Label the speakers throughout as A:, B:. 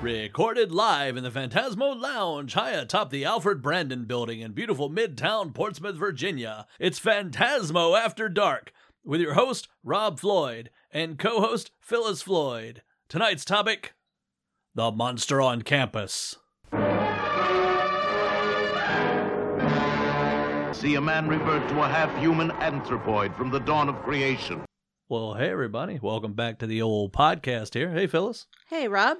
A: Recorded live in the Phantasmo Lounge, high atop the Alfred Brandon Building in beautiful Midtown Portsmouth, Virginia. It's Phantasmo After Dark with your host, Rob Floyd, and co host, Phyllis Floyd. Tonight's topic The Monster on Campus.
B: see a man revert to a half human anthropoid from the dawn of creation.
A: Well, hey, everybody. Welcome back to the old podcast here. Hey, Phyllis.
C: Hey, Rob.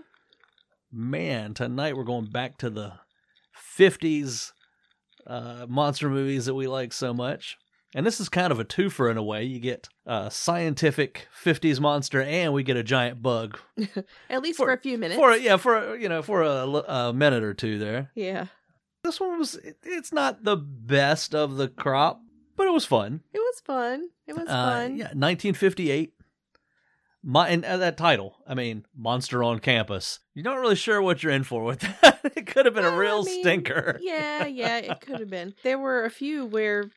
A: Man, tonight we're going back to the 50s uh, monster movies that we like so much. And this is kind of a twofer in a way. You get a scientific 50s monster, and we get a giant bug.
C: At least
A: For-
C: for, a few minutes.
A: For you know, for you know, for a, l- a minute or two there.
C: yeah.
A: This one was. it- It's not the best of the crop, but it was fun.
C: It was fun. It was
A: Uh,
C: fun.
A: Yeah, 1958. My and uh, that title, I mean, Monster on Campus. You're not really sure what you're in for with that. it could have been a
C: Well, I
A: real
C: mean,
A: stinker.
C: Yeah, yeah, it could have been. There were a few where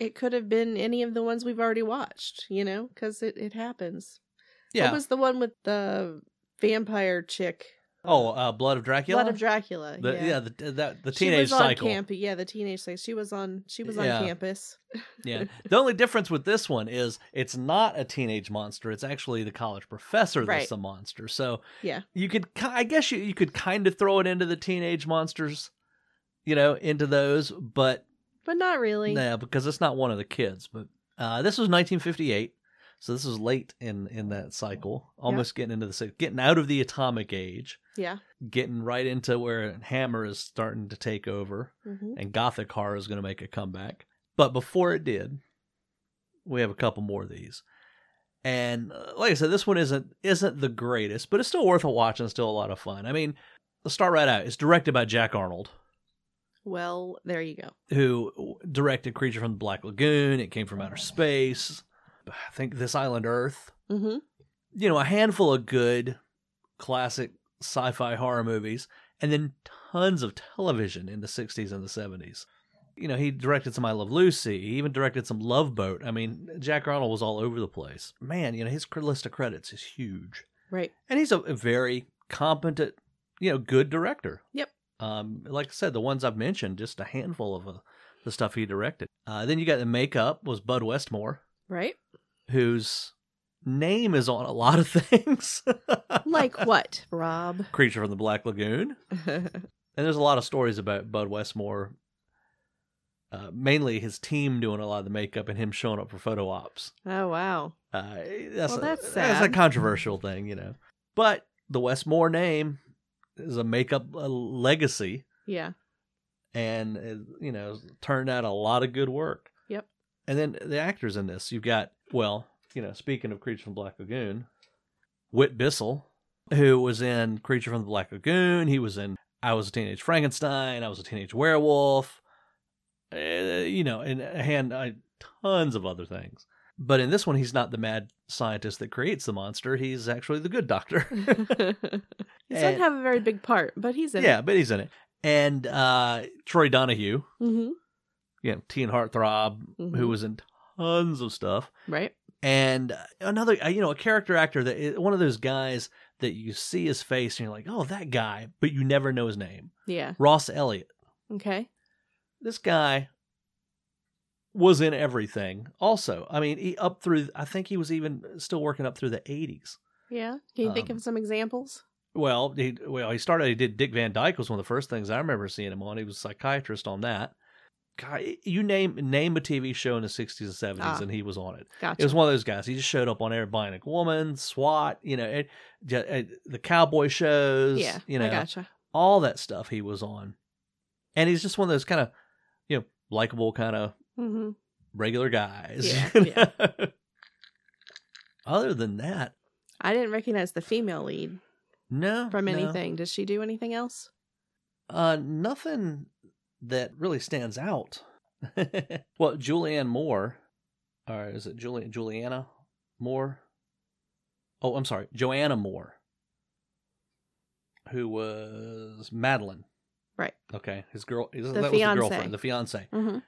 C: it could have been any of the ones we've already watched, you know, because it, it happens.
A: Yeah.
C: What was the one with the vampire chick?
A: oh, uh, Blood of Dracula.
C: Blood of Dracula.
A: The-
C: yeah.
A: yeah, the, uh, that, the
C: she
A: teenage
C: was on
A: cycle.
C: Camp, yeah, the teenage cycle. She was on. She was on
A: Yeah.
C: campus.
A: yeah. The only difference with this one is it's not a teenage monster. It's actually the college professor that's
C: Right.
A: the monster. So
C: Yeah.
A: you could, ki- I guess you you could kind of throw it into the teenage monsters, you know, into those, but
C: But not really.
A: Yeah, because it's not one of the kids. But uh, this was 1958, so this was late in in that cycle, almost getting into the si- getting out of the atomic age,
C: Yeah.
A: getting right into where Hammer is starting to take over,
C: hmm
A: and Gothic horror is going to make a comeback. But before it did, we have a couple more of these. And uh, like I said, this one isn't isn't the greatest, but it's still worth a watch and still a lot of fun. I mean, let's start right out. It's directed by Jack Arnold
C: Well, there you go.
A: who directed Creature from the Black Lagoon. It came from outer space. I think This Island Earth.
C: hmm
A: You know, a handful of good classic sci fi horror movies, and then tons of television in the 60s and the 70s. You know, he directed some I Love Lucy. He even directed some Love Boat. I mean, Jack Arnold was all over the place. Man, you know, his cr- list of credits is huge
C: Right.
A: and he's a, a very competent, you know, good director.
C: Yep.
A: Um, like I said, the ones I've mentioned, just a handful of uh, the stuff he directed. Uh, then you got the makeup was Bud Westmore,
C: Right.
A: whose name is on a lot of things,
C: Like what, Rob?
A: Creature from the Black Lagoon, and there's a lot of stories about Bud Westmore. Uh, mainly his team doing a lot of the makeup and him showing up for photo ops.
C: Oh wow.
A: Uh, that's
C: Well,
A: a,
C: that's
A: That's a
C: sad.
A: controversial thing, you know. But the Westmore name is a makeup uh legacy,
C: Yeah.
A: and it, you know turned out a lot of good work.
C: Yep.
A: And then the actors in this, you've got well, you know, speaking of Creature from Black Lagoon, Whit Bissell, who was in Creature from the Black Lagoon, he was in I Was a Teenage Frankenstein, I Was a Teenage Werewolf, uh, you know, and a hand uh, tons of other things. But in this one, he's not the mad scientist that creates the monster. He's actually the good doctor.
C: he doesn't
A: And-
C: have a very big part, but he's in
A: yeah, but he's in it. And uh, Troy Donahue,
C: hmm
A: you know, teen heartthrob who
C: Mhm.
A: was in tons of stuff,
C: Right.
A: and uh, another, uh, you know, a character actor that is one of those guys that you see his face and you're like, oh, that guy, but you never know his name.
C: Yeah.
A: Ross Elliott.
C: Okay.
A: This guy was in everything. Also, I mean, he up through, I think he was even still working up through the 80s.
C: Yeah. Can you think
A: Um,
C: of some examples?
A: Well, he well he started. He did Dick Van Dyke was one of the first things I remember seeing him on. He was a psychiatrist on that. God, you name name a TV show in the '60s and '70s,
C: Ah.
A: and he was on it.
C: Gotcha.
A: It was one of those guys. He just showed up on Air Bionic Woman, SWAT, you know, it, ju- it- the cowboy shows,
C: yeah.
A: you know,
C: I gotcha.
A: all that stuff he was on. And he's just one of those kind of, you know, likable kind of
C: hmm
A: regular guys.
C: Yeah,
A: you know? Other than that,
C: I didn't recognize the female lead
A: no.
C: from
A: Oh, no.
C: anything. Does she do anything else?
A: Uh, nothing that really stands out. well, Julianne Moore, or is it Julian Juliana Moore? Oh, I'm sorry, Joanna Moore, who was Madeline.
C: Right.
A: Okay, his girl. Isn't
C: The
A: that was the
C: fiancé.
A: girlfriend, the fiance.
C: hmm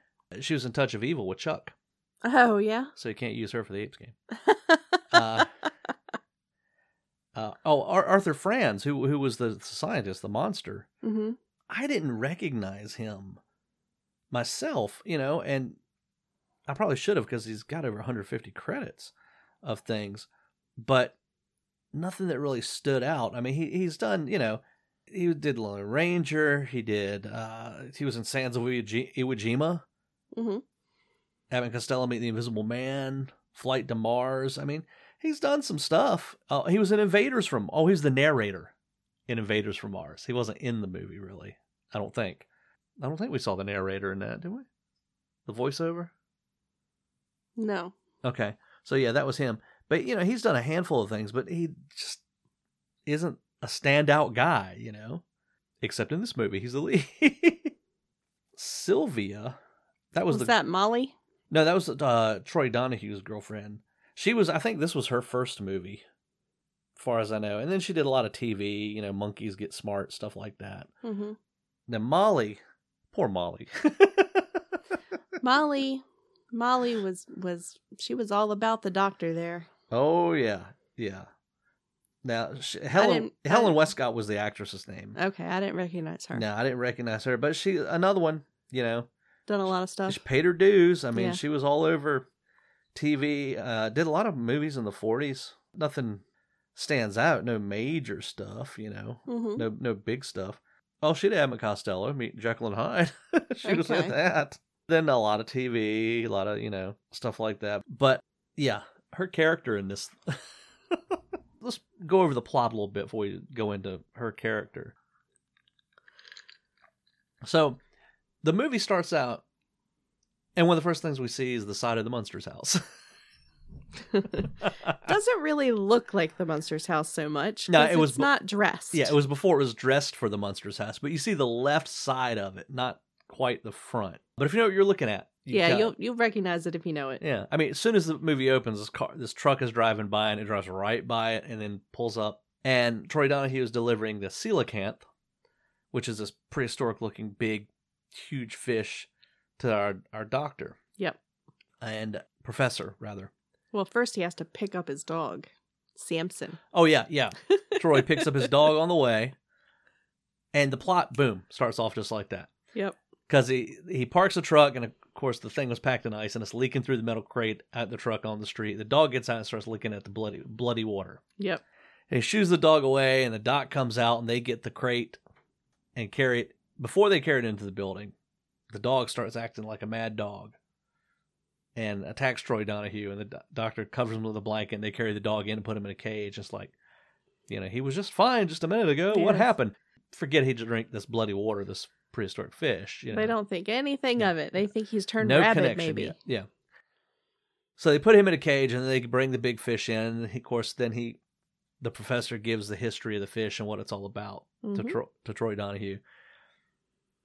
A: She was in Touch of Evil with Chuck,
C: Oh yeah.
A: so you can't use her for the Apes game. Uh, uh, Oh, Ar- Arthur Franz, who who was the scientist, the monster.
C: Mm-hmm.
A: I didn't recognize him myself, you know, and I probably should have because he's got over 150 credits of things, but nothing that really stood out. I mean, he he's done, you know, he did Lone Ranger, he did, uh, he was in Sands of Iwo Ji- Iwo Jima,
C: Mm-hmm.
A: having Costello meet the Invisible Man, Flight to Mars. I mean, he's done some stuff. Uh, he was in Invaders from. Oh, he's the narrator in Invaders from Mars. He wasn't in the movie really. I don't think. I don't think we saw the narrator in that, did we? The voiceover.
C: No.
A: Okay, so yeah, that was him. But you know, he's done a handful of things, but he just isn't a standout guy. You know, except in this movie, he's the lead. Sylvia. That was,
C: Was,
A: the
C: that Molly?
A: no, that was uh, Troy Donahue's girlfriend. She was, I think, this was her first movie, far as I know. And then she did a lot of TV, you know, Monkeys Get Smart, stuff like that.
C: Mm-hmm.
A: Now Molly, poor Molly.
C: Molly. Molly was was she was all about the doctor there.
A: oh yeah, yeah. Now she,
C: didn't-
A: Helen
C: I
A: Helen
C: didn't- Uh,
A: Westcott was the actress's name.
C: Okay, I didn't recognize her.
A: No, I didn't recognize her, but she another one. You know,
C: Done a lot of stuff.
A: she paid her dues. I mean,
C: Oh. Yeah.
A: she was all over TV. Uh, did a lot of movies in the forties. Nothing stands out. No major stuff, you know.
C: Mm-hmm.
A: No no big stuff. Oh, she did Abbott Costello, meet Jekyll and Hyde. she was
C: Okay.
A: in that. Then a lot of TV, a lot of you know stuff like that. But yeah, her character in this. Let's go over the plot a little bit before we go into her character. So, the movie starts out, and one of the first things we see is the side of the monster's house.
C: Doesn't really look like the monster's house so much.
A: No,
C: 'cause
A: it was
C: it's
A: bu-
C: not dressed.
A: Yeah, it was before it was dressed for the monster's house, but you see the left side of it, not quite the front. But if you know what you're looking at, you
C: yeah,
A: got-
C: you'll you'll recognize it if you know it.
A: Yeah, I mean, as soon as the movie opens, this car, this truck is driving by, and it drives right by it, and then pulls up. And Troy Donahue is delivering the coelacanth, which is this prehistoric-looking, big, huge fish, to our our doctor.
C: Yep.
A: And professor, rather.
C: Well, first he has to pick up his dog, Samson.
A: Oh yeah, yeah. Troy picks up his dog on the way, and the plot, boom, starts off just like that.
C: Yep.
A: because he he parks the truck and of course the thing was packed in ice and it's leaking through the metal crate at the truck on the street the dog gets out and starts looking at the bloody bloody water
C: Yep.
A: and he shoos the dog away and the doc comes out and they get the crate and carry it before they carry it into the building the dog starts acting like a mad dog and attacks troy donahue and the do- doctor covers him with a blanket and they carry the dog in and put him in a cage it's like you know he was just fine just a minute ago what
C: Yes.
A: happened forget he drank this bloody water this prehistoric fish you know
C: They don't think anything
A: Yeah.
C: of it. They think he's turned
A: no
C: rabid,
A: connection
C: maybe.
A: yet. Yeah. So they put him in a cage, and they bring the big fish in. And of course, then he, the professor, gives the history of the fish and what it's all about to,
C: Mhm.
A: Tro- to Troy Donahue.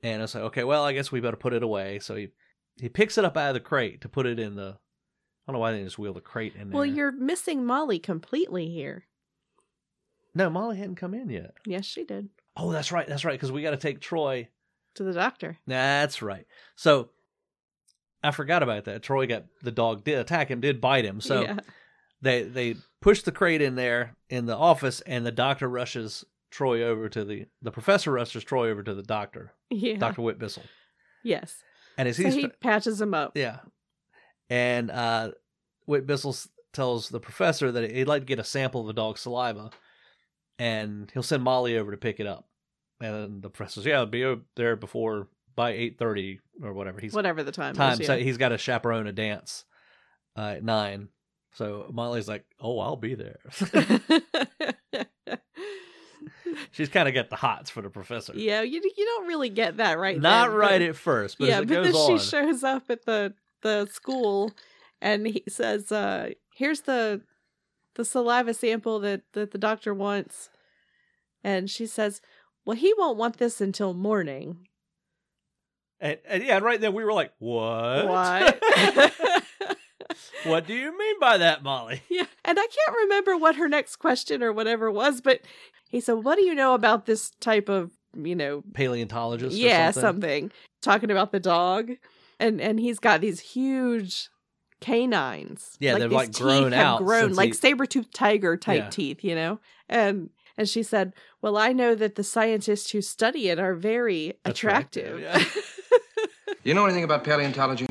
A: And it's like, okay, well, I guess we better put it away. So he he picks it up out of the crate to put it in the. I don't know why they didn't just wheel the crate in there.
C: Well, you're missing Molly completely here.
A: no Molly hadn't come in yet.
C: Yes, she did.
A: Oh, that's right, that's right, because we got to take Troy.
C: To the doctor.
A: That's right. So I forgot about that. Troy got the dog did attack him, did bite him. So
C: yeah.
A: they they push the crate in there in the office and the doctor rushes troy over to the the professor rushes troy over to the doctor
C: Yeah.
A: dr whitbissell
C: Yes.
A: and as
C: So
A: he's
C: he patches him up.
A: yeah and uh whitbissell s- tells the professor that he'd like to get a sample of the dog's saliva and he'll send molly over to pick it up and the professor's yeah it'll be o- there before by 8.30 or whatever he's
C: Whatever the time,
A: time.
C: is. Yeah.
A: So he's got to chaperone a dance uh, at nine. So Molly's like, "Oh, I'll be there." She's kind of got the hots for the professor.
C: yeah, you you don't really get that right.
A: Not
C: then,
A: right
C: but-
A: at first, but
C: yeah,
A: as it
C: but
A: goes
C: then
A: on,
C: she shows up at the the school, and he says, uh, "Here's the the saliva sample that that the doctor wants," and she says, "Well, he won't want this until morning."
A: and, and yeah, right then we were like, "What?
C: What?
A: what do you mean by that, Molly?"
C: yeah, and I can't remember what her next question or whatever was, but he said, "What do you know about this type of you know
A: Paleontologist?
C: yeah
A: or something.
C: talking about the dog and and he's got these huge canines
A: Yeah, they've,
C: these
A: like,
C: teeth
A: grown
C: have
A: out
C: grown
A: since
C: like
A: he-
C: saber-toothed tiger type
A: Yeah.
C: teeth you know and And she said, Well, I know that the scientists who study it are very attractive.
A: Attractive, yeah.
D: You know anything about paleontology?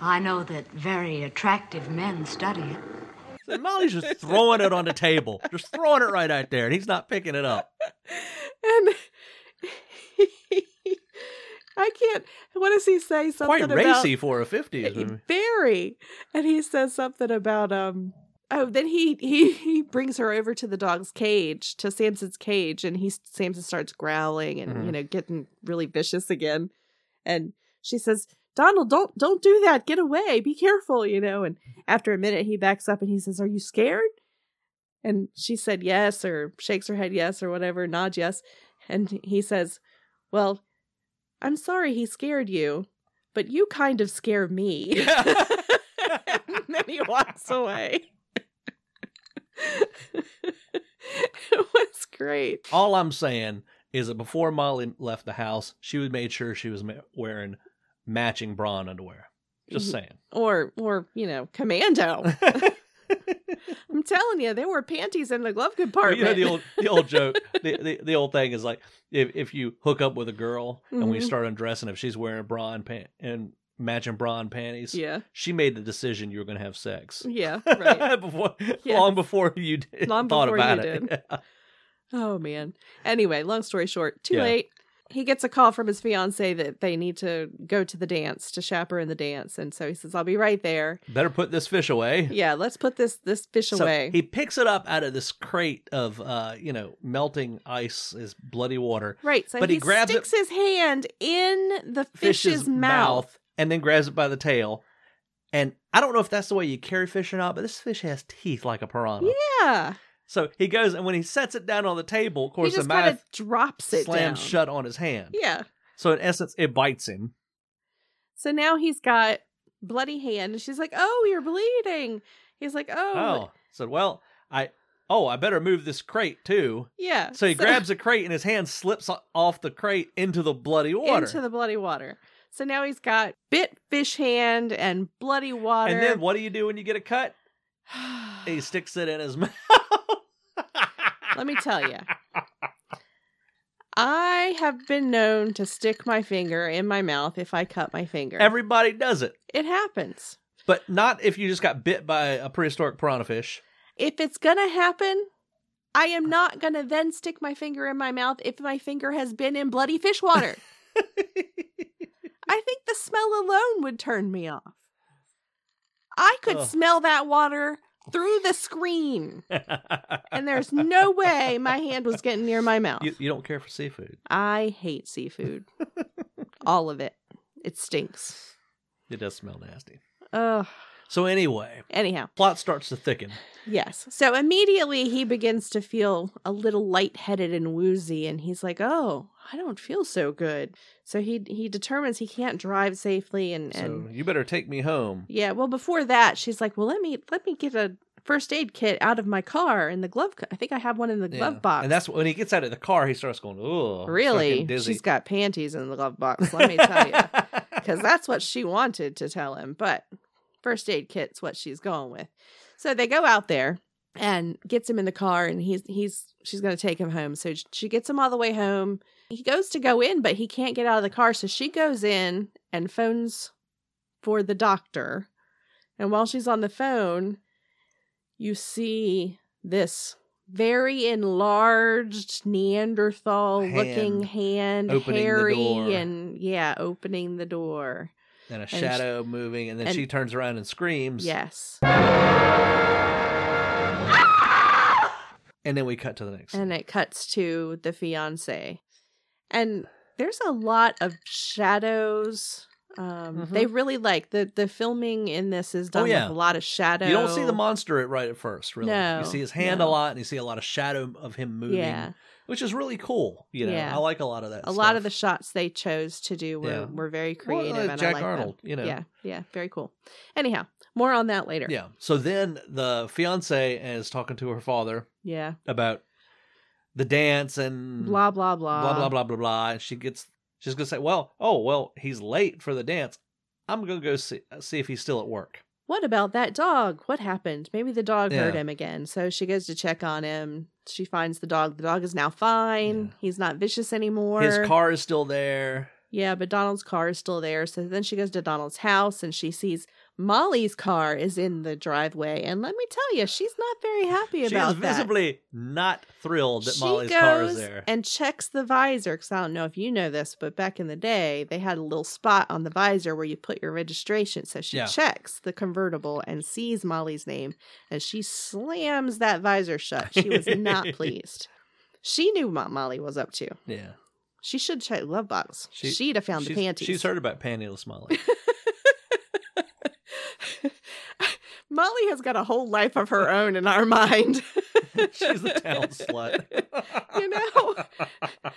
E: I know that very attractive men study it.
A: So Molly's just throwing it on the table, just throwing it right out there, and he's not picking it up.
C: and I can't. What does he say? Something
A: Quite racy
C: about
A: for a 50s movie.
C: very. And he says something about um. Oh, then he he he brings her over to the dog's cage, to Samson's cage, and he Samson starts growling and you
A: Mhm.
C: know getting really vicious again. And she says, "Donald, don't don't do that. Get away. Be careful." You know. And after a minute, he backs up and he says, "Are you scared?" And she said yes, or shakes her head yes, or whatever, nods yes. And he says, Well, I'm sorry he scared you, but you kind of scare me.
A: Yeah.
C: and then he walks away. it was great.
A: All I'm saying is that before Molly left the house, she would made sure she was ma- wearing matching brawn underwear. Just saying.
C: Or, or you know, commando. I'm telling you, there were panties in the glove
A: Well,
C: compartment.
A: you know the old the old joke, the, the the old thing is like if if you hook up with a girl and we
C: Mhm.
A: start undressing, if she's wearing bra and pant and matching bra and panties,
C: yeah,
A: she made the decision you were going to have sex.
C: yeah, right.
A: before,
C: Yeah.
A: long before you did,
C: Long
A: thought
C: before
A: about
C: you
A: it. Yeah.
C: Oh man. Anyway, long story short, too
A: Yeah.
C: late. He gets a call from his fiance that they need to go to the dance to chaperone the dance, and so he says, "I'll be right there."
A: Better put this fish away.
C: Yeah, let's put this this fish
A: So
C: away.
A: he picks it up out of this crate of, uh, you know, melting ice, is bloody water,
C: right. So
A: but
C: he,
A: he grabs it-
C: sticks his hand in the fish's, mouth.
A: mouth, and then grabs it by the tail. And I don't know if that's the way you carry fish or not, but this fish has teeth like a piranha.
C: Yeah.
A: So he goes, and when he sets it down on the table, of
C: He
A: course, the
C: just kind
A: mouth
C: of drops it
A: slams
C: down.
A: shut on his hand.
C: Yeah.
A: So in essence, it bites him.
C: So now he's got bloody hand, and she's like, "Oh, you're bleeding." He's like, "Oh,
A: Oh, so well, I oh, I better move this crate too.
C: yeah."
A: So he grabs a crate, and his hand slips o- off the crate into the bloody water.
C: into the bloody water. So now he's got bit fish hand and bloody water.
A: and then what do you do when you get a cut? He sticks it in his mouth.
C: Let me tell you. I have been known to stick my finger in my mouth if I cut my finger.
A: Everybody does it.
C: it happens.
A: But not if you just got bit by a prehistoric piranha fish.
C: If it's going to happen, I
A: Uh.
C: am not going to then stick my finger in my mouth if my finger has been in bloody fish water. I think the smell alone would turn me off. I could
A: Ugh.
C: smell that water through the screen, and there's no way my hand was getting near my mouth.
A: you, you don't care for seafood.
C: I hate seafood. All of it. It stinks.
A: It does smell nasty.
C: Ugh.
A: So anyway,
C: Anyhow,
A: plot starts to thicken.
C: yes. So immediately he begins to feel a little lightheaded and woozy and he's like, "Oh, I don't feel so good." So he he determines he can't drive safely and
A: So
C: and
A: you better take me home.
C: yeah, well before that, she's like, "Well, let me let me get a first aid kit out of my car in the glove co- I think I have one in the glove
A: Yeah.
C: box."
A: And that's when he gets out of the car, he starts going, "Oh,
C: really
A: dizzy."
C: she's got panties in the glove box, let me tell you. because that's what she wanted to tell him. But first aid kit's what she's going with. So they go out there and gets him in the car, and he's he's she's going to take him home. So she gets him all the way home. He goes to go in, but he can't get out of the car. So she goes in and phones for the doctor. And while she's on the phone, you see this very enlarged Neanderthal looking
A: Hand
C: hand,
A: opening the
C: hairy,
A: door.
C: and yeah, opening the door.
A: and a shadow moving, and then
C: and-
A: she turns around and screams.
C: Yes.
A: And then we cut to the next.
C: And it cuts to the fiance. And there's a lot of shadows. Um,
A: Mhm.
C: They really like the the filming in this is done
A: Oh, yeah.
C: with a lot of shadow.
A: you don't see the monster at right at first, really.
C: No,
A: you see his hand
C: no.
A: a lot, and you see a lot of shadow of him moving,
C: Yeah,
A: which is really cool. You know,
C: Yeah.
A: I like a lot of that.
C: a lot of the
A: stuff.
C: shots they chose to do were,
A: Yeah.
C: were very
A: Well,
C: creative.
A: like
C: and I
A: Jack
C: like them.
A: Arnold. You know,
C: Yeah, yeah, very cool. Anyhow, more on that later.
A: Yeah. So then the fiance is talking to her father
C: yeah,
A: about the dance and
C: blah blah blah
A: Mm-hmm. blah blah blah blah blah. And she gets she's gonna say, "Well, oh well, he's late for the dance. I'm gonna go see see if he's still at work."
C: What about that dog? What happened? Maybe the dog hurt
A: Yeah.
C: him again. So she goes to check on him. She finds the dog. The dog is now fine.
A: Yeah.
C: He's not vicious anymore.
A: His car is still there.
C: Yeah, but Donald's car is still there. So then she goes to Donald's house and she sees Molly's car is in the driveway. And let me tell you, she's not very happy
A: She is
C: about that.
A: visibly not thrilled that
C: she
A: Molly's
C: goes
A: car is there.
C: and checks the visor because I don't know if you know this, but back in the day, they had a little spot on the visor where you put your registration. So she
A: Yeah.
C: checks the convertible and sees Molly's name, and she slams that visor shut. She was not pleased. She knew what Molly was up to.
A: yeah.
C: She should check glove box.
A: She-
C: She'd have found the
A: she's,
C: panties.
A: She's heard about pantyless Molly.
C: Molly has got a whole life of her own in our mind.
A: she's the town slut.
C: You know?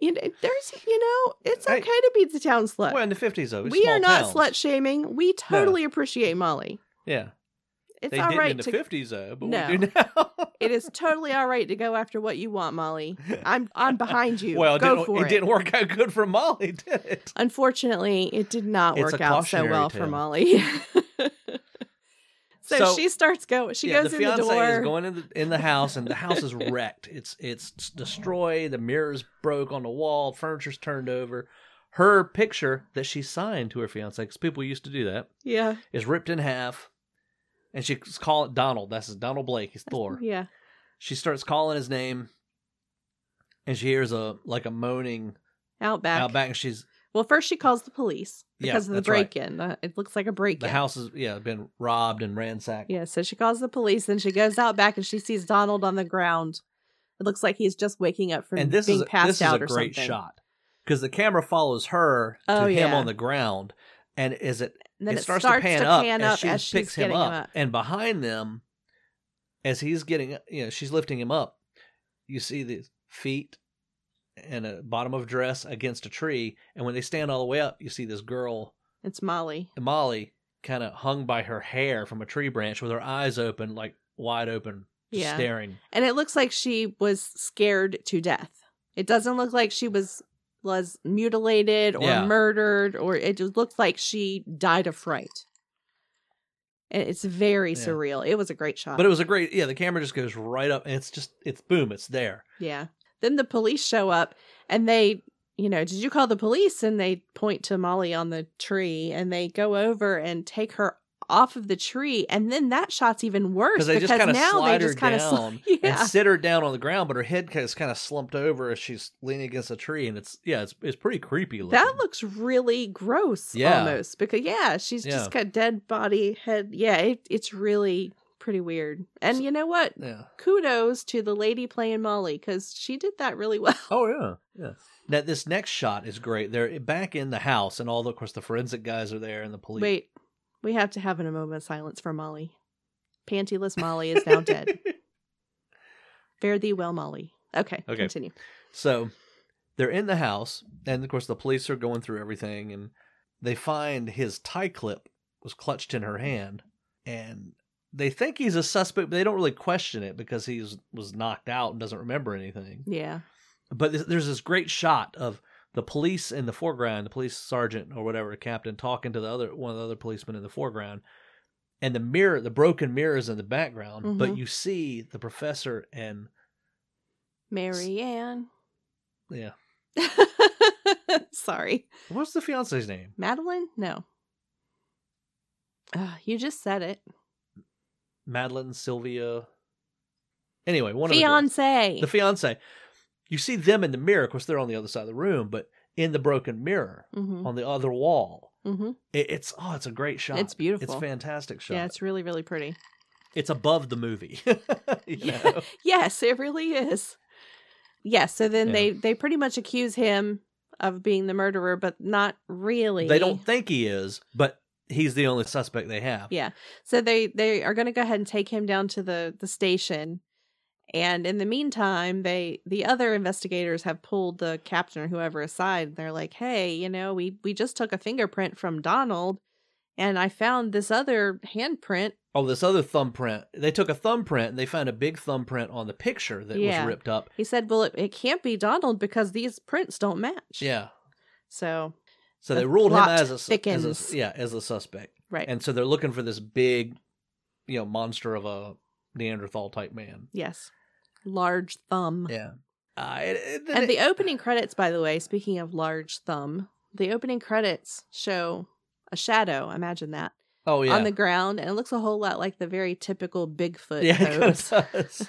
C: You know, there's, you know, it's
A: Hey.
C: okay to be the town slut.
A: Well, in the 50s, though. it's
C: we
A: small
C: are not
A: towns.
C: slut shaming. We totally appreciate Molly.
A: Yeah.
C: It's
A: they
C: all
A: didn't in
C: right
A: the
C: to.
A: 50s, though, but
C: No.
A: we do now.
C: it is totally all right to go after what you want, Molly. I'm I'm behind you.
A: well, it,
C: go
A: didn't,
C: for
A: it didn't work out good for Molly, did it?
C: Unfortunately, it did not
A: It's
C: work
A: a
C: out so
A: cautionary
C: well for
A: tale.
C: Molly. so,
A: So-
C: she starts going. She
A: yeah,
C: goes
A: the
C: in
A: fiance
C: the door.
A: is going in the in the house, and the house is wrecked. It's it's destroyed. The mirrors broke on the wall. Furniture's turned over. Her picture that she signed to her fiance, because people used to do that,
C: yeah,
A: is ripped in half, and she calls it Donald. That's his- Donald Blake. He's Thor.
C: yeah.
A: She starts calling his name, and she hears a like a moaning
C: Out back.
A: out back. And she's
C: Well, first she calls the police
A: Yeah,
C: because of the
A: that's right.
C: break-in. Uh, It looks like a break-in.
A: the house is yeah been robbed and ransacked.
C: Yeah, so she calls the police, then she goes out back and she sees Donald on the ground. It looks like he's just waking up from
A: and this
C: being
A: is
C: passed
A: this
C: out
A: is a
C: or
A: great
C: something.
A: shot because the camera follows her to
C: Oh,
A: him
C: yeah.
A: on the ground, and is it
C: And then
A: it, starts, to pan up as she picks him
C: getting
A: up. and behind them, as he's getting you know she's lifting him up, you see the feet and a bottom of dress against a tree, and when they stand all the way up, you see this girl
C: It's Molly.
A: Molly kind of hung by her hair from a tree branch with her eyes open like wide open, just
C: Yeah.
A: staring.
C: And it looks like she was scared to death. It doesn't look like she was was mutilated or
A: Yeah.
C: murdered or it just looked like she died of fright. And it's very
A: Yeah.
C: surreal. It was a great shot.
A: But it was a great yeah. The camera just goes right up, and it's just it's boom, it's there.
C: Yeah. Then the police show up and they, you know, did you call the police? And they point to Molly on the tree and they go over and take her off of the tree. And then that shot's even worse
A: because they just kind of
C: now
A: slide
C: they
A: her
C: just kind
A: down
C: of
A: and
C: yeah.
A: sit her down on the ground, but her head is kind of slumped over as she's leaning against a tree, and it's yeah, it's it's pretty creepy looking.
C: That looks really gross
A: Yeah.
C: almost because yeah, she's
A: Yeah.
C: just got dead body head. Yeah, it, it's really pretty weird. And you know what?
A: yeah.
C: Kudos to the lady playing Molly because she did that really well.
A: Oh yeah, yeah. Now this next shot is great. They're back in the house, and all the, of course the forensic guys are there, and the police.
C: Wait, we have to have a moment of silence for Molly. Pantyless Molly is now dead. Fare thee well, Molly. Okay,
A: Okay.
C: continue.
A: So they're in the house, and of course the police are going through everything, and they find his tie clip was clutched in her hand, and they think he's a suspect, but they don't really question it because he was, was knocked out and doesn't remember anything.
C: Yeah.
A: But th- there's this great shot of the police in the foreground, the police sergeant or whatever captain talking to the other one of the other policemen in the foreground. And the mirror, the broken mirror is in the background, but
C: Mhm.
A: you see the professor and
C: Mary Ann.
A: yeah,
C: Sorry.
A: what's the fiance's name?
C: Madeline? No. Uh, you just said it.
A: Madeline, Sylvia. Anyway, one of
C: Fiance.
A: the girls. the fiance. You see them in the mirror. Of course, they're on the other side of the room, but in the broken mirror
C: mm-hmm.
A: on the other wall.
C: Mm-hmm.
A: It, it's oh, it's a great shot.
C: It's beautiful.
A: It's fantastic shot.
C: Yeah,
A: it's,
C: it's really, really pretty.
A: above the movie. You
C: Yeah.
A: know?
C: Yes, it really is. Yes. so then
A: Yeah.
C: they they pretty much accuse him of being the murderer, but not really.
A: They don't think he is, but he's the only suspect they have.
C: Yeah. So they they are going to go ahead and take him down to the the station. And in the meantime, they the other investigators have pulled the captain or whoever aside. And they're like, "Hey, you know, we we just took a fingerprint from Donald, and I found this other handprint.
A: Oh, this other thumbprint. They took a thumbprint and they found a big thumbprint on the picture that
C: Yeah.
A: was ripped up.
C: He said, "Well, it, it can't be Donald because these prints don't match."
A: Yeah.
C: So
A: So
C: The
A: they ruled him
C: plot
A: as a, su- as a
C: thickens.
A: yeah as a suspect.
C: Right.
A: And so they're looking for this big, you know, monster of a Neanderthal type man.
C: yes. Large thumb.
A: Yeah. Uh, it, it-
C: And the
A: it-
C: opening credits, by the way, speaking of large thumb, the opening credits show a shadow. Imagine that
A: oh yeah.
C: on the ground, and it looks a whole lot like the very typical Bigfoot
A: yeah, it kinda
C: pose.
A: does.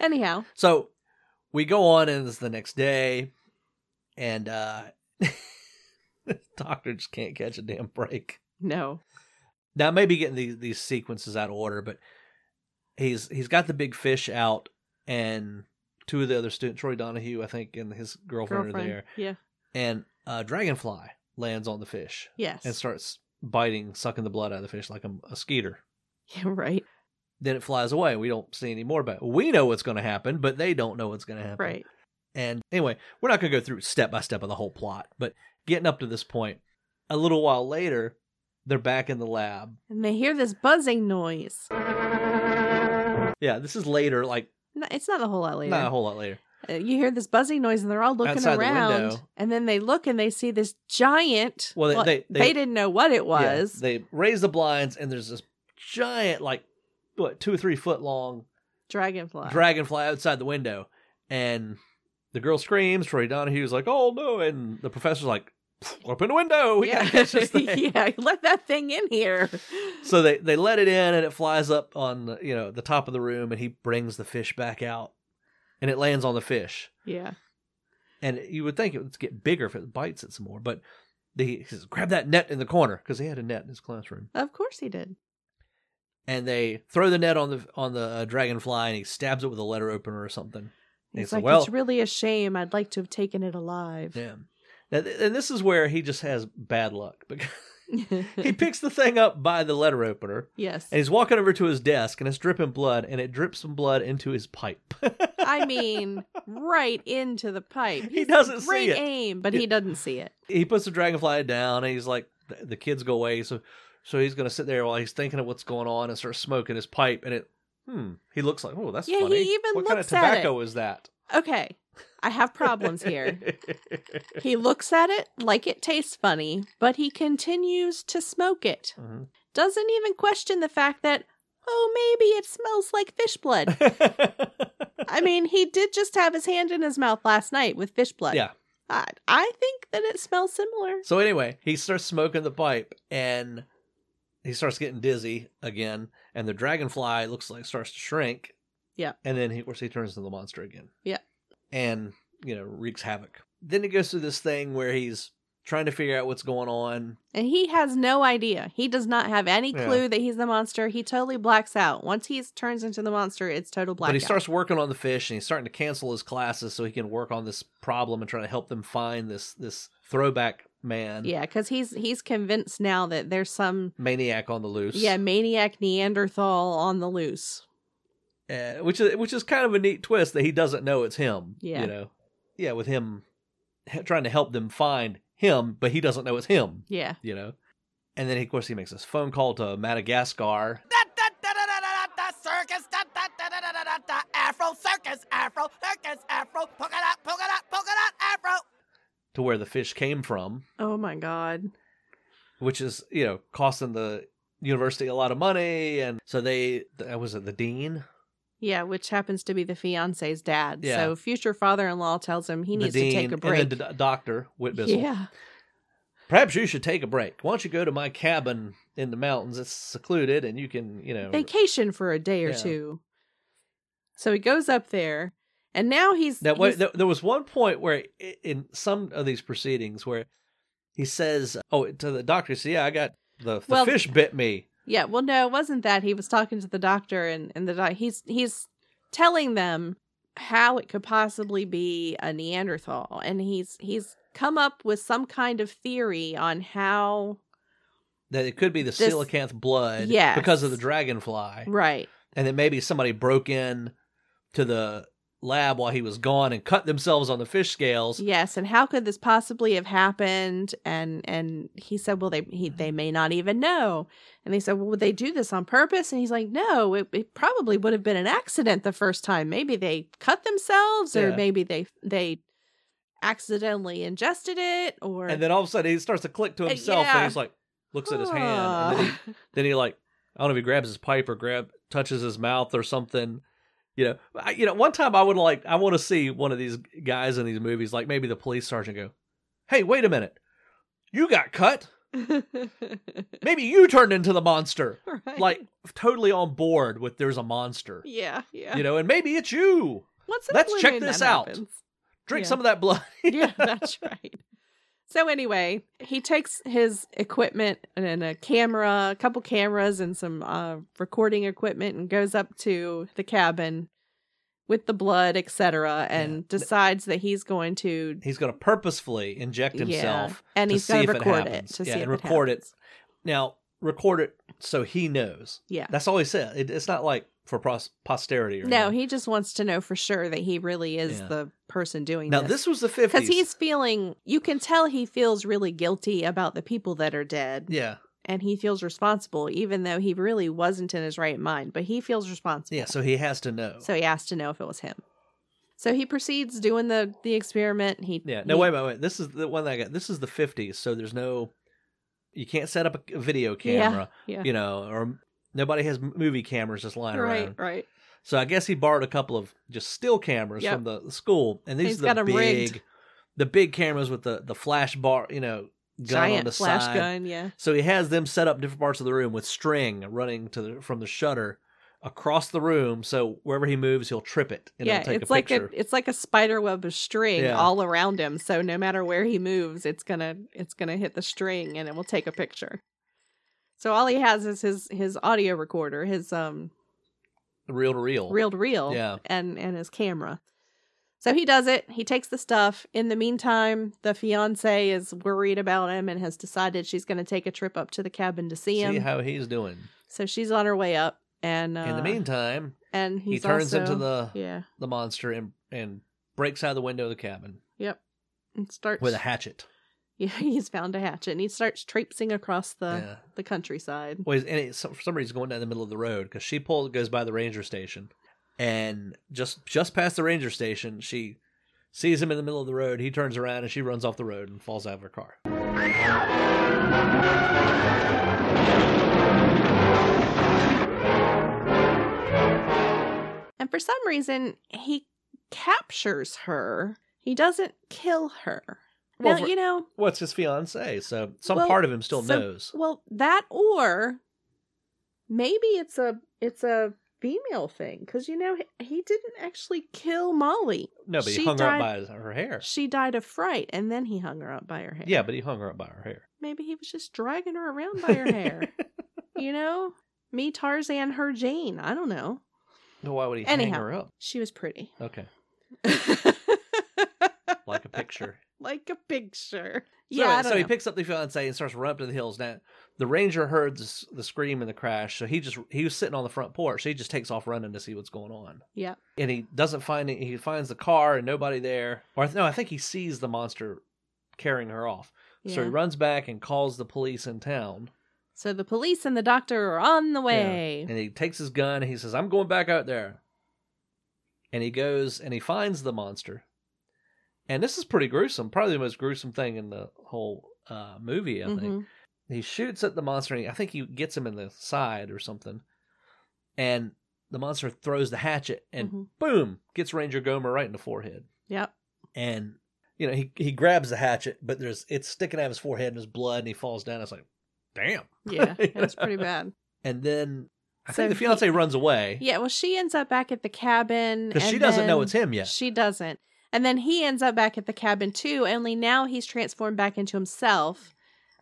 C: Anyhow,
A: So we go on, and it's the next day, and uh the doctor just can't catch a damn break.
C: no,
A: Now, I may be getting these, these sequences out of order, but he's he's got the big fish out, and two of the other students, Troy Donahue, I think, and his girlfriend,
C: girlfriend.
A: are there,
C: Yeah.
A: and a dragonfly lands on the fish
C: Yes.
A: and starts biting, sucking the blood out of the fish like a, a skeeter.
C: yeah. Right.
A: Then it flies away. We don't see any more about it. We know what's going to happen, but they don't know what's going to happen.
C: Right.
A: And anyway, we're not going to go through step by step of the whole plot, but getting up to this point, a little while later, they're back in the lab.
C: And they hear this buzzing noise.
A: Yeah, this is later, like
C: No, It's not a whole lot later.
A: not a whole lot later.
C: Uh, You hear this buzzing noise, and they're all looking
A: Outside the
C: around.
A: window.
C: and then they look and they see this giant.
A: Well, they- they- they-
C: didn't know what
A: Yeah,
C: it was.
A: they raise the blinds, and there's this giant, like what two or three foot long
C: Dragonfly.
A: dragonfly outside the window, and the girl screams. Troy Donahue's like, "Oh no!" And the professor's like, "Open the window, we gotta catch this thing."
C: yeah, let that thing in here.
A: So they they let it in and it flies up on the, you know the top of the room and he brings the fish back out and it lands on the fish
C: Yeah.
A: and you would think it would get bigger if it bites it some more but the, he says grab that net in the corner because he had a net in his classroom
C: Of course he did.
A: and they throw the net on the on the uh, dragonfly and he stabs it with a letter opener or something.
C: He's
A: He's
C: like,
A: like, "Well-"
C: it's really a shame. I'd like to have taken it alive.
A: Yeah, now, th- and this is where he just has bad luck because he picks the thing up by the letter opener.
C: yes.
A: And he's walking over to his desk, and it's dripping blood, and it drips some blood into his pipe.
C: I mean, right into the pipe.
A: He
C: He's
A: doesn't see
C: great
A: it.
C: aim, but he doesn't see it.
A: he puts the dragonfly down and he's like the, the kids go away so so he's gonna sit there while he's thinking of what's going on and start smoking his pipe and it hmm he looks like oh that's
C: Yeah, he
A: funny
C: even
A: what kind of
C: looks at it.
A: tobacco is that
C: Okay. I have problems here. He looks at it like it tastes funny, but he continues to smoke it.
A: Mhm.
C: Doesn't even question the fact that, oh, maybe it smells like fish blood. I mean, he did just have his hand in his mouth last night with fish blood.
A: Yeah.
C: I, I think that it smells similar.
A: so anyway he starts smoking the pipe and he starts getting dizzy again and the dragonfly looks like starts to shrink
C: Yeah.
A: and then he, of course he turns into the monster again
C: Yeah.
A: and you know wreaks havoc then he goes through this thing where he's trying to figure out what's going on
C: And he has no idea. He does not have any
A: Yeah.
C: clue that he's the monster. He totally blacks out. Once he turns into the monster, it's total blackout.
A: But he starts working on the fish, and he's starting to cancel his classes so he can work on this problem and try to help them find this this throwback man
C: yeah, because he's he's convinced now that there's some
A: maniac on the loose.
C: yeah maniac Neanderthal on the loose.
A: uh, which is which is kind of a neat twist that he doesn't know it's him.
C: Yeah.
A: you know, yeah, with him he- trying to help them find him, but he doesn't know it's him.
C: Yeah,
A: You know, and then of course he makes this phone call to Madagascar.
F: circus, da da da da da da da da afro, circus, afro, circus, afro, polka dot, polka dot, polka dot, afro.
A: To where the fish came from,
C: Oh my god.
A: which is you know costing the university a lot of money, and so they that was it the dean
C: Yeah, which happens to be the fiance's dad.
A: Yeah.
C: So future father-in-law tells him he
A: the
C: needs
A: dean,
C: to take a
A: And
C: break.
A: then the do- doctor, Whit Bissell.
C: yeah.
A: Perhaps you should take a break. Why don't you go to my cabin in the mountains? It's secluded and you can, you know.
C: Vacation for a day or
A: Yeah.
C: two. So he goes up there and now he's
A: That way,
C: he's-
A: there, there was one point where, i- in some of these proceedings, where he says, "Oh, to the doctor, he says, yeah, I got the, the
C: Well-
A: fish bit me."
C: Yeah, well, no, it wasn't that. He was talking to the doctor, and and the doc- he's he's telling them how it could possibly be a Neanderthal, and he's he's come up with some kind of theory on how
A: That it could be the
C: This-
A: coelacanth blood,
C: Yes.
A: because of the dragonfly,
C: right.
A: and that maybe somebody broke in to the lab while he was gone and cut themselves on the fish scales.
C: Yes, and how could this possibly have happened? And and he said, well, they he,
A: Mm-hmm.
C: they may not even know. And they said, well, would they do this on purpose? And he's like, no, it, it probably would have been an accident the first time. Maybe they cut themselves, or
A: Yeah.
C: maybe they they accidentally ingested it, or
A: And then all of a sudden, he starts to click to
C: Uh,
A: himself,
C: yeah.
A: and he's like, looks at his hand, and then he, then he like I don't know if he grabs his pipe or grab touches his mouth or something. You know, I, you know. One time I would like I want to see one of these guys in these movies, like maybe the police sergeant, go, "Hey, wait a minute, you got cut. Maybe you turned into the monster."
C: Right.
A: Like totally on board with there's a monster,
C: yeah, yeah.
A: you know, and maybe it's you.
C: What's in
A: let's
C: blue
A: check
C: moon
A: this
C: that
A: out.
C: happens?
A: Drink
C: Yeah.
A: some of that blood.
C: yeah, that's right. So anyway, he takes his equipment and then a camera, a couple cameras, and some uh, recording equipment, and goes up to the cabin with the blood, etc., and decides that he's going to
A: He's going to purposefully inject himself
C: yeah, and
A: to
C: he's
A: see
C: gonna
A: if it
C: record it,
A: happens.
C: to
A: Yeah,
C: see
A: and
C: if
A: record it.
C: happens.
A: Now, record it so he knows.
C: Yeah.
A: That's all he said. It, it's not like for pros- posterity or
C: No,
A: anything.
C: he just wants to know for sure that he really is
A: Yeah.
C: the person doing
A: Now,
C: this.
A: this was the 50s.
C: because he's feeling you can tell he feels really guilty about the people that are dead
A: Yeah.
C: and he feels responsible even though he really wasn't in his right mind but he feels responsible
A: Yeah. So he has to know.
C: so he asked to know if it was him so he proceeds doing the the experiment he
A: yeah. No,
C: he-
A: wait, wait, wait. This is the one that I got. This is the 50s. So there's no, you can't set up a video camera,
C: yeah.
A: you know, or nobody has m- movie cameras just lying
C: right
A: around.
C: right
A: So I guess he borrowed a couple of just still cameras
C: Yep.
A: from the the school, and these
C: He's
A: are
C: got
A: the
C: 'em
A: big,
C: rigged.
A: the big cameras with the the flash bar, you know, gun on
C: giant
A: the
C: flash
A: side.
C: gun yeah
A: So he has them set up in different parts of the room with string running to the, from the shutter across the room. So wherever he moves, he'll trip it and
C: yeah
A: it'll take
C: it's
A: a
C: like
A: picture.
C: a it's like a spider web of string
A: Yeah.
C: all around him so no matter where he moves it's gonna it's gonna hit the string and it will take a picture so all he has is his his audio recorder his um
A: reel to reel.
C: reel to reel
A: Yeah.
C: and and his camera so he does it he takes the stuff in the meantime the fiance is worried about him and has decided she's going to take a trip up to the cabin to see
A: See
C: him
A: how he's doing.
C: so she's on her way up and uh,
A: In the meantime,
C: and
A: he
C: he's
A: turns
C: also,
A: into the
C: yeah
A: the monster and and breaks out of the window of the cabin
C: yep and starts
A: with a hatchet.
C: yeah he's found a hatchet and he starts traipsing across the
A: yeah.
C: the countryside
A: Well, he's, and it's, for some reason, he's going down the middle of the road because she pulls goes by the ranger station, and just just past the ranger station, she sees him in the middle of the road. He turns around and she runs off the road and falls out of her car.
C: and for some reason he captures her he doesn't kill her
A: Well,
C: now
A: for-
C: you know
A: What's his fiance? So some
C: Well,
A: part of him still
C: so-
A: knows.
C: Well, that or maybe it's a it's a female thing because you know he, he didn't actually kill Molly.
A: No, but he
C: she
A: hung her up by
C: died-
A: his- her hair.
C: She died of fright, and then he hung her up by her hair.
A: Yeah, but he hung her up by her hair.
C: maybe he was just dragging her around by her hair. You know, me Tarzan, her Jane. I don't know.
A: No, why would he
C: Anyhow.
A: hang her up?
C: She was pretty,
A: Okay, like a picture.
C: like a picture.
A: So
C: yeah, I
A: anyway,
C: don't
A: so he
C: know.
A: picks up the fiance and starts running up to the hills. Now, the ranger heard the, s- the scream and the crash, so he just he was sitting on the front porch. So he just takes off running to see what's going on.
C: Yeah.
A: and he doesn't find it. He finds the car and nobody there. Or no, I think he sees the monster carrying her off. So he
C: Yeah.
A: runs back and calls the police in town.
C: So the police and the doctor are on the
A: Yeah.
C: way.
A: and he takes his gun and he says, "I'm going back out there." And he goes and he finds the monster. And this is pretty gruesome. Probably the most gruesome thing in the whole uh, movie. I think
C: Mhm.
A: he shoots at the monster and he- i think he gets him in the side or something and the monster throws the hatchet and
C: Mhm.
A: boom gets ranger gomer right in the forehead
C: Yep.
A: and you know he, he grabs the hatchet but there's it's sticking out of his forehead and his blood and he falls down it's like damn
C: Yeah, it was pretty bad.
A: and then i
C: So
A: think the
C: he-
A: fiance runs away
C: Yeah, well, she ends up back at the cabin
A: because she
C: and
A: doesn't know
C: then-
A: it's him yet
C: She doesn't, and then he ends up back at the cabin too. Only now he's transformed back into himself.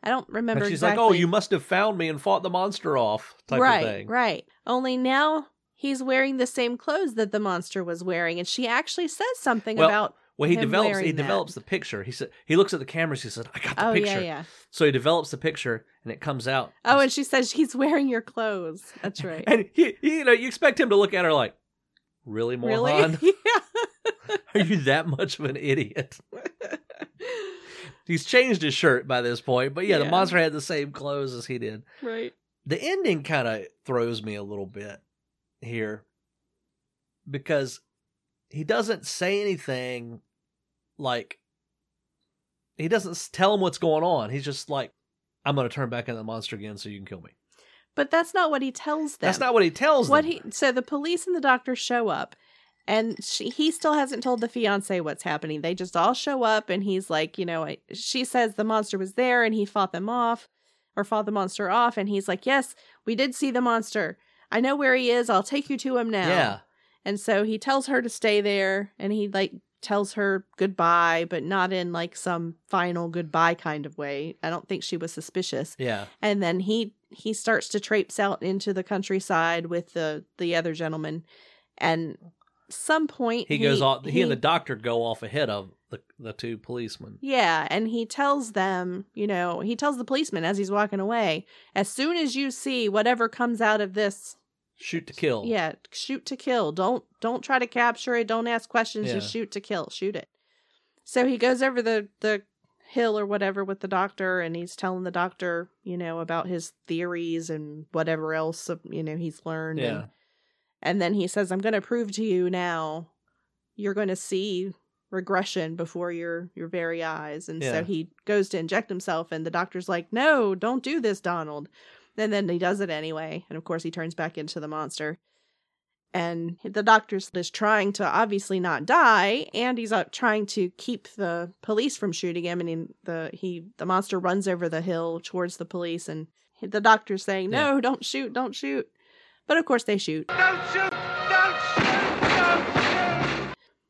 C: I don't remember.
A: and she's
C: exactly.
A: like oh you must have found me and fought the monster off type
C: right,
A: of thing
C: right. Only now he's wearing the same clothes that the monster was wearing, and she actually says something
A: Well,
C: about.
A: well he
C: Him
A: develops he
C: wearing that.
A: develops the picture he said he looks at the cameras he said i got the
C: Oh
A: picture
C: yeah, yeah.
A: So he develops the picture, and it comes out.
C: Oh, and she says he's wearing your clothes. That's right.
A: and he, he- you know, you expect him to look at her like, "Really, moron?
C: Really? yeah.
A: Are you that much of an idiot?" He's changed his shirt by this point, but yeah, the
C: Yeah.
A: monster had the same clothes as he did.
C: right.
A: The ending kind of throws me a little bit here because he doesn't say anything like he doesn't s- tell him what's going on. He's just like, I'm going to turn back into the monster again so you can kill me.
C: But that's not what he tells them.
A: That's not what he tells
C: what
A: them.
C: he so the police and the doctor show up and she, he still hasn't told the fiance what's happening they just all show up and he's like you know I- she says the monster was there and he fought them off or fought the monster off and he's like yes we did see the monster i know where he is i'll take you to him now
A: Yeah.
C: and so he tells her to stay there and he like tells her goodbye but not in like some final goodbye kind of way i don't think she was suspicious
A: Yeah.
C: and then he he starts to traipse out into the countryside with the the other gentleman and some point
A: He, goes off. He, and the doctor go off ahead of the the two policemen.
C: yeah and he tells them you know he tells the policeman as he's walking away as soon as you see whatever comes out of this
A: Shoot to kill.
C: yeah shoot to kill don't don't try to capture it don't ask questions just
A: Yeah.
C: shoot to kill shoot it so he goes over the the hill or whatever with the doctor and he's telling the doctor you know about his theories and whatever else you know he's learned and
A: Yeah.
C: And then he says, I'm going to prove to you now you're going to see regression before your your very eyes. And
A: Yeah.
C: so he goes to inject himself and the doctor's like, "No, don't do this, Donald." And then he does it anyway, and of course he turns back into the monster. And the doctor's is trying to obviously not die, and he's uh, trying to keep the police from shooting him. And he, the he the monster runs over the hill towards the police, and the doctor's saying,
A: Yeah.
C: "No, don't shoot, don't shoot." But of course they shoot.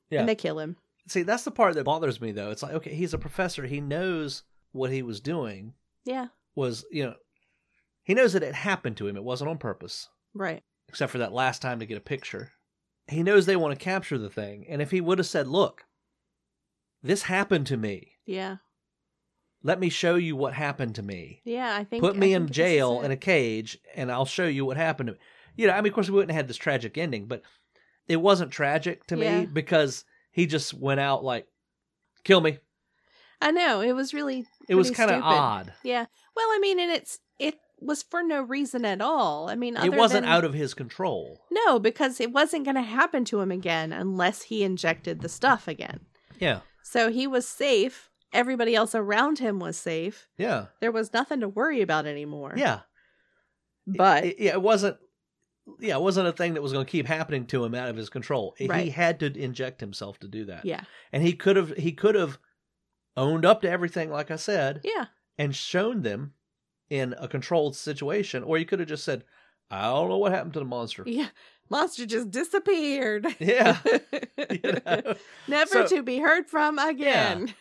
A: Yeah.
C: and they kill him.
A: See, that's the part that bothers me though. It's like, okay, he's a professor. He knows what he was doing
C: Yeah.
A: was, you know, he knows that it happened to him. It wasn't on purpose,
C: Right.
A: except for that last time to get a picture. He knows they want to capture the thing, and if he would have said, "Look, this happened to me.
C: Yeah.
A: Let me show you what happened to me.
C: Yeah. I think
A: Put
C: I
A: me
C: think
A: in
C: this is
A: jail
C: it.
A: in a cage, and I'll show you what happened to me." You know, I mean, of course, we wouldn't have had this tragic ending, but it wasn't tragic to
C: Yeah.
A: me because he just went out like, "Kill me."
C: I know it was really.
A: It was
C: pretty
A: kind of
C: stupid.
A: odd.
C: Yeah. Well, I mean, and it's it was for no reason at all. I mean,
A: it
C: other
A: wasn't
C: than-
A: out of his control.
C: No, because it wasn't going to happen to him again unless he injected the stuff again.
A: Yeah.
C: So he was safe. Everybody else around him was safe.
A: Yeah.
C: There was nothing to worry about anymore.
A: Yeah.
C: But
A: It, yeah, it wasn't yeah, it wasn't a thing that was going to keep happening to him out of his control. He
C: Right.
A: had to inject himself to do that.
C: yeah,
A: And he could have he could have owned up to everything like I said
C: yeah,
A: and shown them in a controlled situation or he could have just said, "I don't know what happened to the monster."
C: yeah. Monster just disappeared.
A: Yeah. You know?
C: Never
A: So-
C: to be heard from again.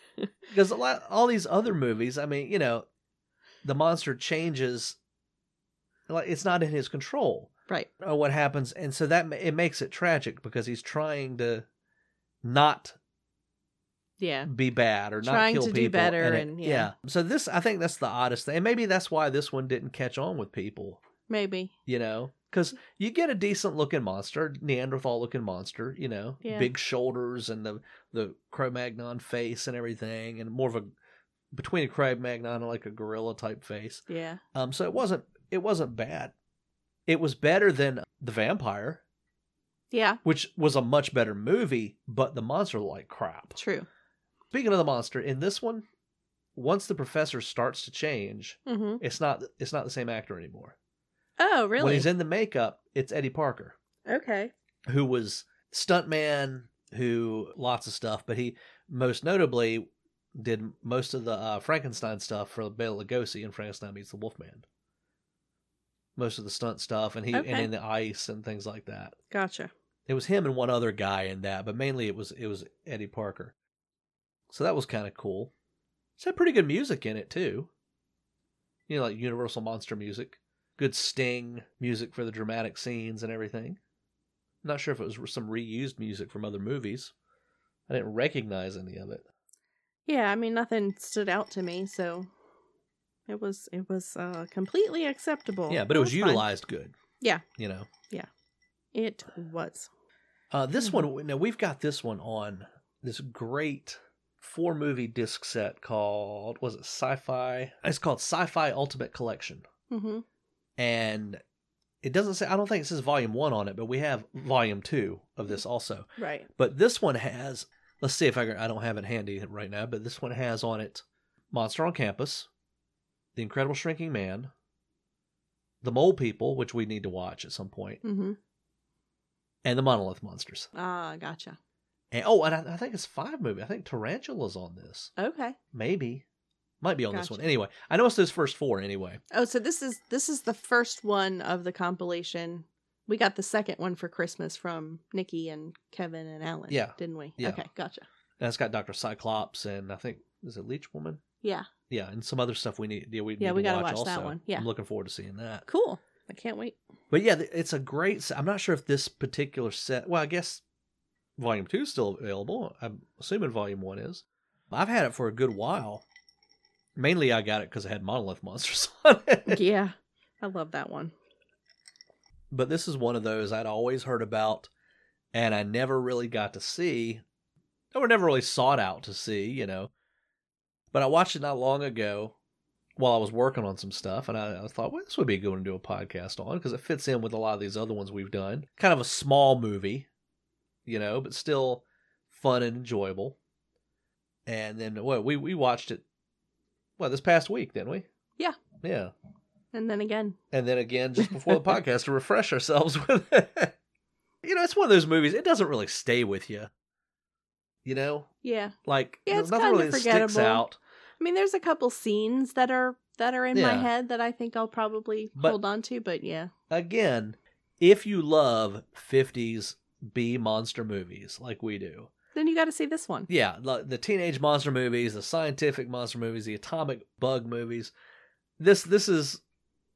A: Because a lot, all these other movies, I mean, you know, the monster changes, like it's not in his control
C: Right.
A: uh, what happens, and so that ma- it makes it tragic because he's trying to not
C: Yeah.
A: be bad or not
C: Trying
A: kill
C: to do
A: people.
C: better
A: it-
C: and- yeah.
A: so this I think that's the oddest thing, and maybe that's why this one didn't catch on with people,
C: Maybe.
A: you know. Because you get a decent looking monster, Neanderthal looking monster, you know,
C: Yeah.
A: big shoulders and the the Cro-Magnon face and everything, and more of a between a Cro-Magnon and like a gorilla type face.
C: Yeah.
A: Um, so it wasn't it wasn't bad. It was better than the vampire,
C: Yeah.
A: which was a much better movie, but the monster looked like crap.
C: True.
A: Speaking of the monster, in this one, once the professor starts to change,
C: hmm
A: it's not it's not the same actor anymore.
C: Oh, really?
A: When he's in the makeup, it's Eddie Parker,
C: okay.
A: who was stuntman, who lots of stuff, but he most notably did most of the uh, Frankenstein stuff for Bela Lugosi in Frankenstein Meets the Wolfman. Most of the stunt stuff, and he
C: Okay.
A: and in the ice and things like that.
C: Gotcha.
A: It was him and one other guy in that, but mainly it was it was Eddie Parker. So that was kind of cool. It's had pretty good music in it too. You know, like Universal Monster music, good Sting music for the dramatic scenes and everything. Not sure if it was some reused music from other movies. I didn't recognize any of it.
C: Yeah, I mean nothing stood out to me, so it was it was uh completely acceptable.
A: yeah, but it was
C: Oh, fine.
A: utilized good.
C: Yeah.
A: You know.
C: It was.
A: Uh, this one, now we've got this one on this great four movie disc set called, was it Sci Fi? It's called Sci Fi Ultimate Collection.
C: Mm-hmm.
A: And it doesn't say, I don't think it says volume one on it, but we have volume two of this also.
C: Right.
A: But this one has, let's see if I can, I don't have it handy right now, but this one has on it Monster on Campus, The Incredible Shrinking Man, The Mole People, which we need to watch at some point,
C: Mm-hmm.
A: and The Monolith Monsters.
C: Ah, gotcha.
A: And, oh, and I, I think it's five movie. I think Tarantula's on this.
C: Okay.
A: Maybe. Might be on this
C: Gotcha.
A: one. Anyway, I know it's those first four anyway.
C: Oh, so this is this is the first one of the compilation. We got the second one for Christmas from Nikki and Kevin and Alan.
A: Yeah.
C: Didn't we?
A: Yeah.
C: Okay, gotcha.
A: And it's got Dr. Cyclops and I think, is it Leech Woman?
C: Yeah.
A: Yeah, and some other stuff we need. Yeah, we,
C: Yeah,
A: need
C: we
A: to
C: gotta
A: watch,
C: watch that
A: also.
C: one. Yeah.
A: I'm looking forward to seeing that.
C: Cool. I can't wait.
A: But yeah, th- it's a great. s- I'm not sure if this particular set. Well, I guess Volume Two is still available. I'm assuming Volume One is. I've had it for a good while. Mainly, I got it because it had Monolith Monsters on it.
C: yeah. I love that one.
A: But this is one of those I'd always heard about, and I never really got to see, or never really sought out to see. You know, but I watched it not long ago while I was working on some stuff, and I, I thought, well, this would be a good one to do a podcast on because it fits in with a lot of these other ones we've done. Kind of a small movie, you know, but still fun and enjoyable. And then, well, we we watched it, well, this past week, didn't we?
C: Yeah.
A: yeah.
C: And then again.
A: And then again, just before the podcast, to refresh ourselves with it. You know, it's one of those movies. It doesn't really stay with you. You know,
C: Yeah.
A: like
C: Yeah, it's
A: nothing
C: kinda
A: really sticks
C: forgettable.
A: out.
C: I mean, there's a couple scenes that are that are in my
A: Yeah.
C: head that I think I'll probably
A: But-
C: hold on to, but yeah.
A: again, if you love 50s B monster movies like we do,
C: Then you got to see this one.
A: yeah, the, the teenage monster movies, the scientific monster movies, the atomic bug movies, this this is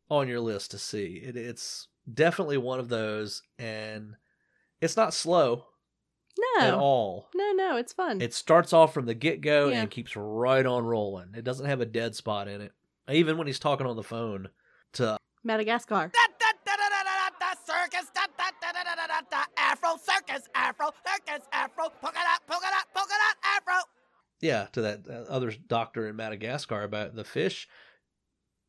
A: on your list to see. It, it's definitely one of those, and it's not slow at
C: No.
A: all.
C: No, no, it's fun.
A: It starts off from the get go
C: Mm. Yeah.
A: and keeps right on rolling. It doesn't have a dead spot in it. Even when he's talking on the phone to
C: Madagascar.
F: Da, da, da, da, da, da, da, circus, da, da, da, da, da, da, da, da, afro, circus, afro, circus, afro, polka dot, polka dot, polka dot, afro.
A: yeah to that uh, other doctor in Madagascar about the fish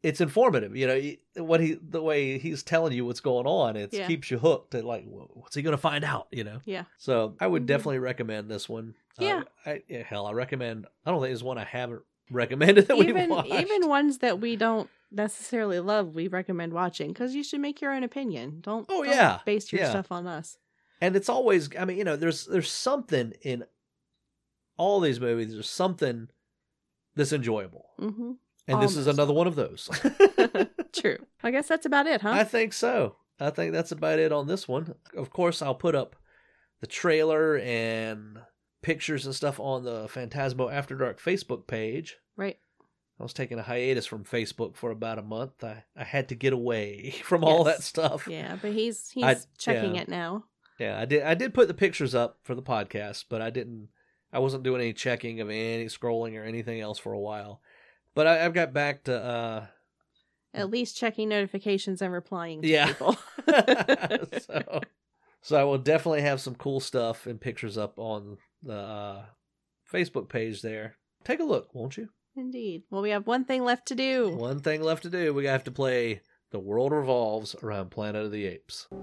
A: it's informative you know he- what he the way he's telling you what's going on it
C: Yeah.
A: keeps you hooked and like "Whoa, what's he going to find out you know
C: Yeah.
A: so i would
C: Mhm.
A: definitely recommend this one Uh,
C: Yeah.
A: I, yeah, hell i recommend i don't think there's one i haven't recommended that we
C: even
A: watched
C: even ones that we don't necessarily love, we recommend watching because you should make your own opinion. Don't
A: Oh,
C: don't
A: yeah.
C: base your
A: Yeah.
C: stuff on us.
A: and it's always i mean you know there's there's something in all these movies there's something that's enjoyable
C: hmm
A: and this is
C: Almost.
A: another one of those
C: True. I guess that's about it, huh?
A: I think so. I think that's about it on this one. Of course, I'll put up the trailer and pictures and stuff on the Phantasmo After Dark Facebook page.
C: right.
A: I was taking a hiatus from Facebook for about a month. I, I had to get away from all
C: Yes.
A: that stuff.
C: Yeah, but he's he's
A: I-
C: checking
A: yeah.
C: it now.
A: Yeah, I did I did put the pictures up for the podcast, but I didn't I wasn't doing any checking of any scrolling or anything else for a while. But I, I've got back to uh
C: At least checking notifications and replying to
A: Yeah.
C: people.
A: so, so I will definitely have some cool stuff and pictures up on the uh, Facebook page there. Take a look, won't you?
C: Indeed. Well, we have one thing left to do.
A: One thing left to do. We have to play The World Revolves Around Planet of the Apes.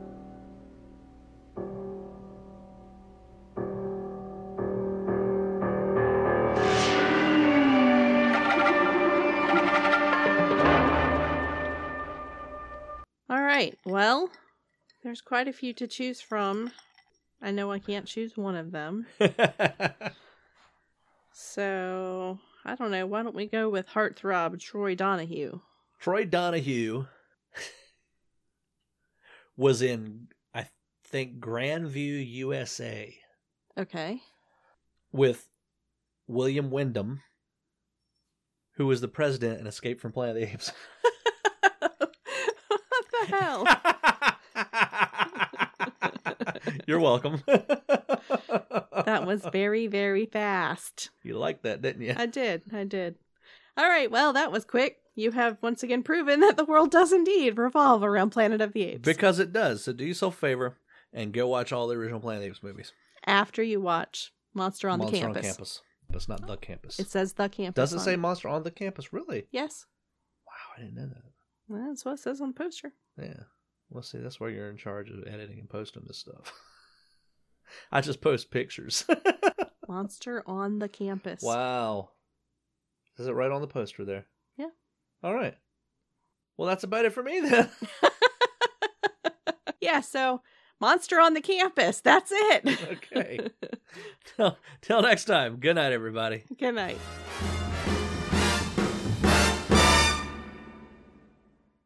C: All right. Well, there's quite a few to choose from. I know I can't choose one of them. So, I don't know. Why don't we go with heartthrob Troy Donahue?
A: Troy Donahue was in, I think, Grandview, USA
C: Okay.
A: with William Wyndham, who was the president in Escape from Planet of the Apes.
C: what the hell?
A: You're welcome.
C: That was very, very fast.
A: You liked that, didn't you?
C: I did. I did. All right. Well, that was quick. You have once again proven that the world does indeed revolve around Planet of the Apes.
A: Because it does. So do yourself a favor and go watch all the original Planet of the Apes movies.
C: After you watch Monster on
A: Monster
C: the Campus.
A: on Campus. But it's not the campus.
C: It says the campus.
A: does it
C: on
A: say
C: it.
A: Monster on the Campus, really?
C: Yes.
A: Wow, I didn't know that.
C: Well, that's what it says on the poster.
A: Yeah. Well, see, that's where you're in charge of editing and posting this stuff. I just post pictures.
C: Monster on the Campus.
A: wow. Is it right on the poster there?
C: Yeah.
A: All right. Well, that's about it for me then.
C: Yeah, so monster on the campus. That's it.
A: okay. Till next time. Good night, everybody.
C: Good night.